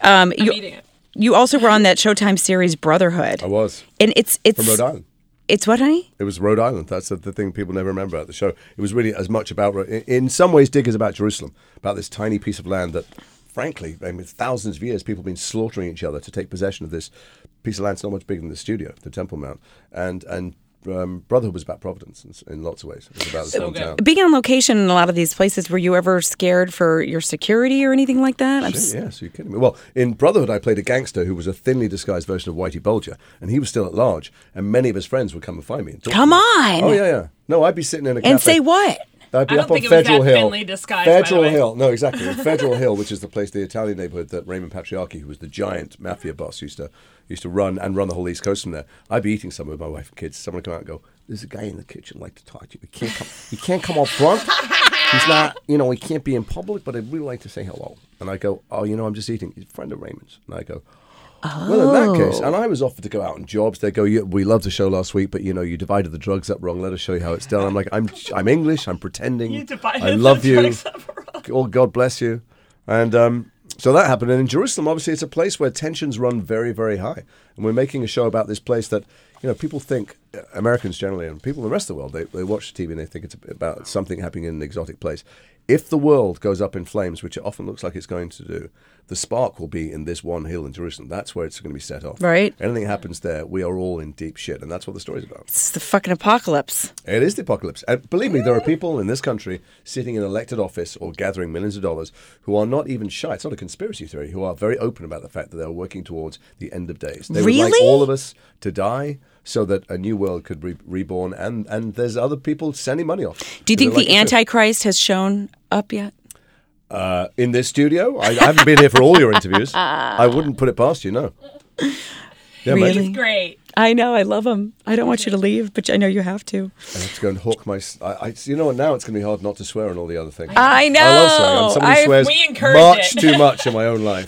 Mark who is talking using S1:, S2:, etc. S1: Um,
S2: I'm
S1: you
S2: eating it.
S1: you also were on that Showtime series Brotherhood,
S3: I was
S1: and it's it's
S3: from Rhode Island.
S1: it's what honey?
S3: It was Rhode Island. That's the, the thing people never remember about the show. It was really as much about, Ro- in- in some ways, Dig is about Jerusalem, about this tiny piece of land that, frankly, I mean, thousands of years people have been slaughtering each other to take possession of this piece of land. It's not much bigger than the studio, the Temple Mount, and and um, Brotherhood was about Providence in, s- in lots of ways. It was about the
S2: So
S3: same town.
S2: good.
S1: Being on location in a lot of these places, were you ever scared for your security or anything like that? I'm s-
S3: Shit, yes, you're kidding me. Well, in Brotherhood, I played a gangster who was a thinly disguised version of Whitey Bulger, and he was still at large, and many of his friends would come and find me. And talk to
S1: Come
S3: me.
S1: on.
S3: Oh yeah, yeah. No, I'd be sitting in a
S1: and
S3: cafe.
S1: say what?
S3: I'd
S2: I
S3: be
S2: don't
S3: up on
S2: think it was
S3: Federal
S2: that
S3: Hill.
S2: thinly disguised, by the
S3: Federal
S2: way.
S3: Hill. No, exactly. In Federal Hill, which is the place, the Italian neighborhood that Raymond Patriarchi, who was the giant mafia boss, used to used to run and run the whole East Coast from there. I'd be eating somewhere with my wife and kids. Someone would come out and go, "There's a guy in the kitchen like to talk to you. He can't come. He can't come up front. He's not. You know, he can't be in public. But I'd really like to say hello." And I go, "Oh, you know, I'm just eating. He's a friend of Raymond's." And I go. Well, in that case,
S2: Oh.
S3: and I was offered to go out on jobs. They go, "You- "We loved the show last week, but you know, you divided the drugs up wrong. Let us show you how it's done." I'm like, "I'm, I'm English. I'm pretending.
S2: You divided
S3: I love
S2: the
S3: you.
S2: drugs up wrong.
S3: Oh, God bless you." And um, so that happened. And in Jerusalem, obviously, it's a place where tensions run very, very high. And we're making a show about this place that you know people think uh, Americans generally, and people in the rest of the world, they, they watch TV and they think it's about something happening in an exotic place. If the world goes up in flames, which it often looks like it's going to do, the spark will be in this one hill in Jerusalem. That's where it's going to be set off.
S1: Right.
S3: Anything happens there, we are all in deep shit, and that's what the story's about.
S1: It's the fucking apocalypse.
S3: It is the apocalypse. And believe me, there are people in this country sitting in elected office or gathering millions of dollars who are not even shy. It's not a conspiracy theory, who are very open about the fact that they're working towards the end of days. They would like
S1: Really?
S3: all of us to die so that a new world could be reborn. And, and there's other people sending money off.
S1: Do you
S3: They
S1: think
S3: like
S1: the
S3: it too.
S1: Antichrist has shown up yet?
S3: Uh, in this studio? I, I haven't been here for all your interviews. I wouldn't put it past you, no. Yeah, mate.
S1: Really?
S2: It's great.
S1: I know, I love him. I don't want you to leave, but I know you have to.
S3: I have to go and hook my. s- I, I- you know what? Now it's going to be hard not to swear on all the other things.
S1: I
S3: I love swearing.
S1: know.
S3: I'm someone who
S1: I-
S3: swears
S2: we encourage
S3: much
S2: it.
S3: too much in my own life.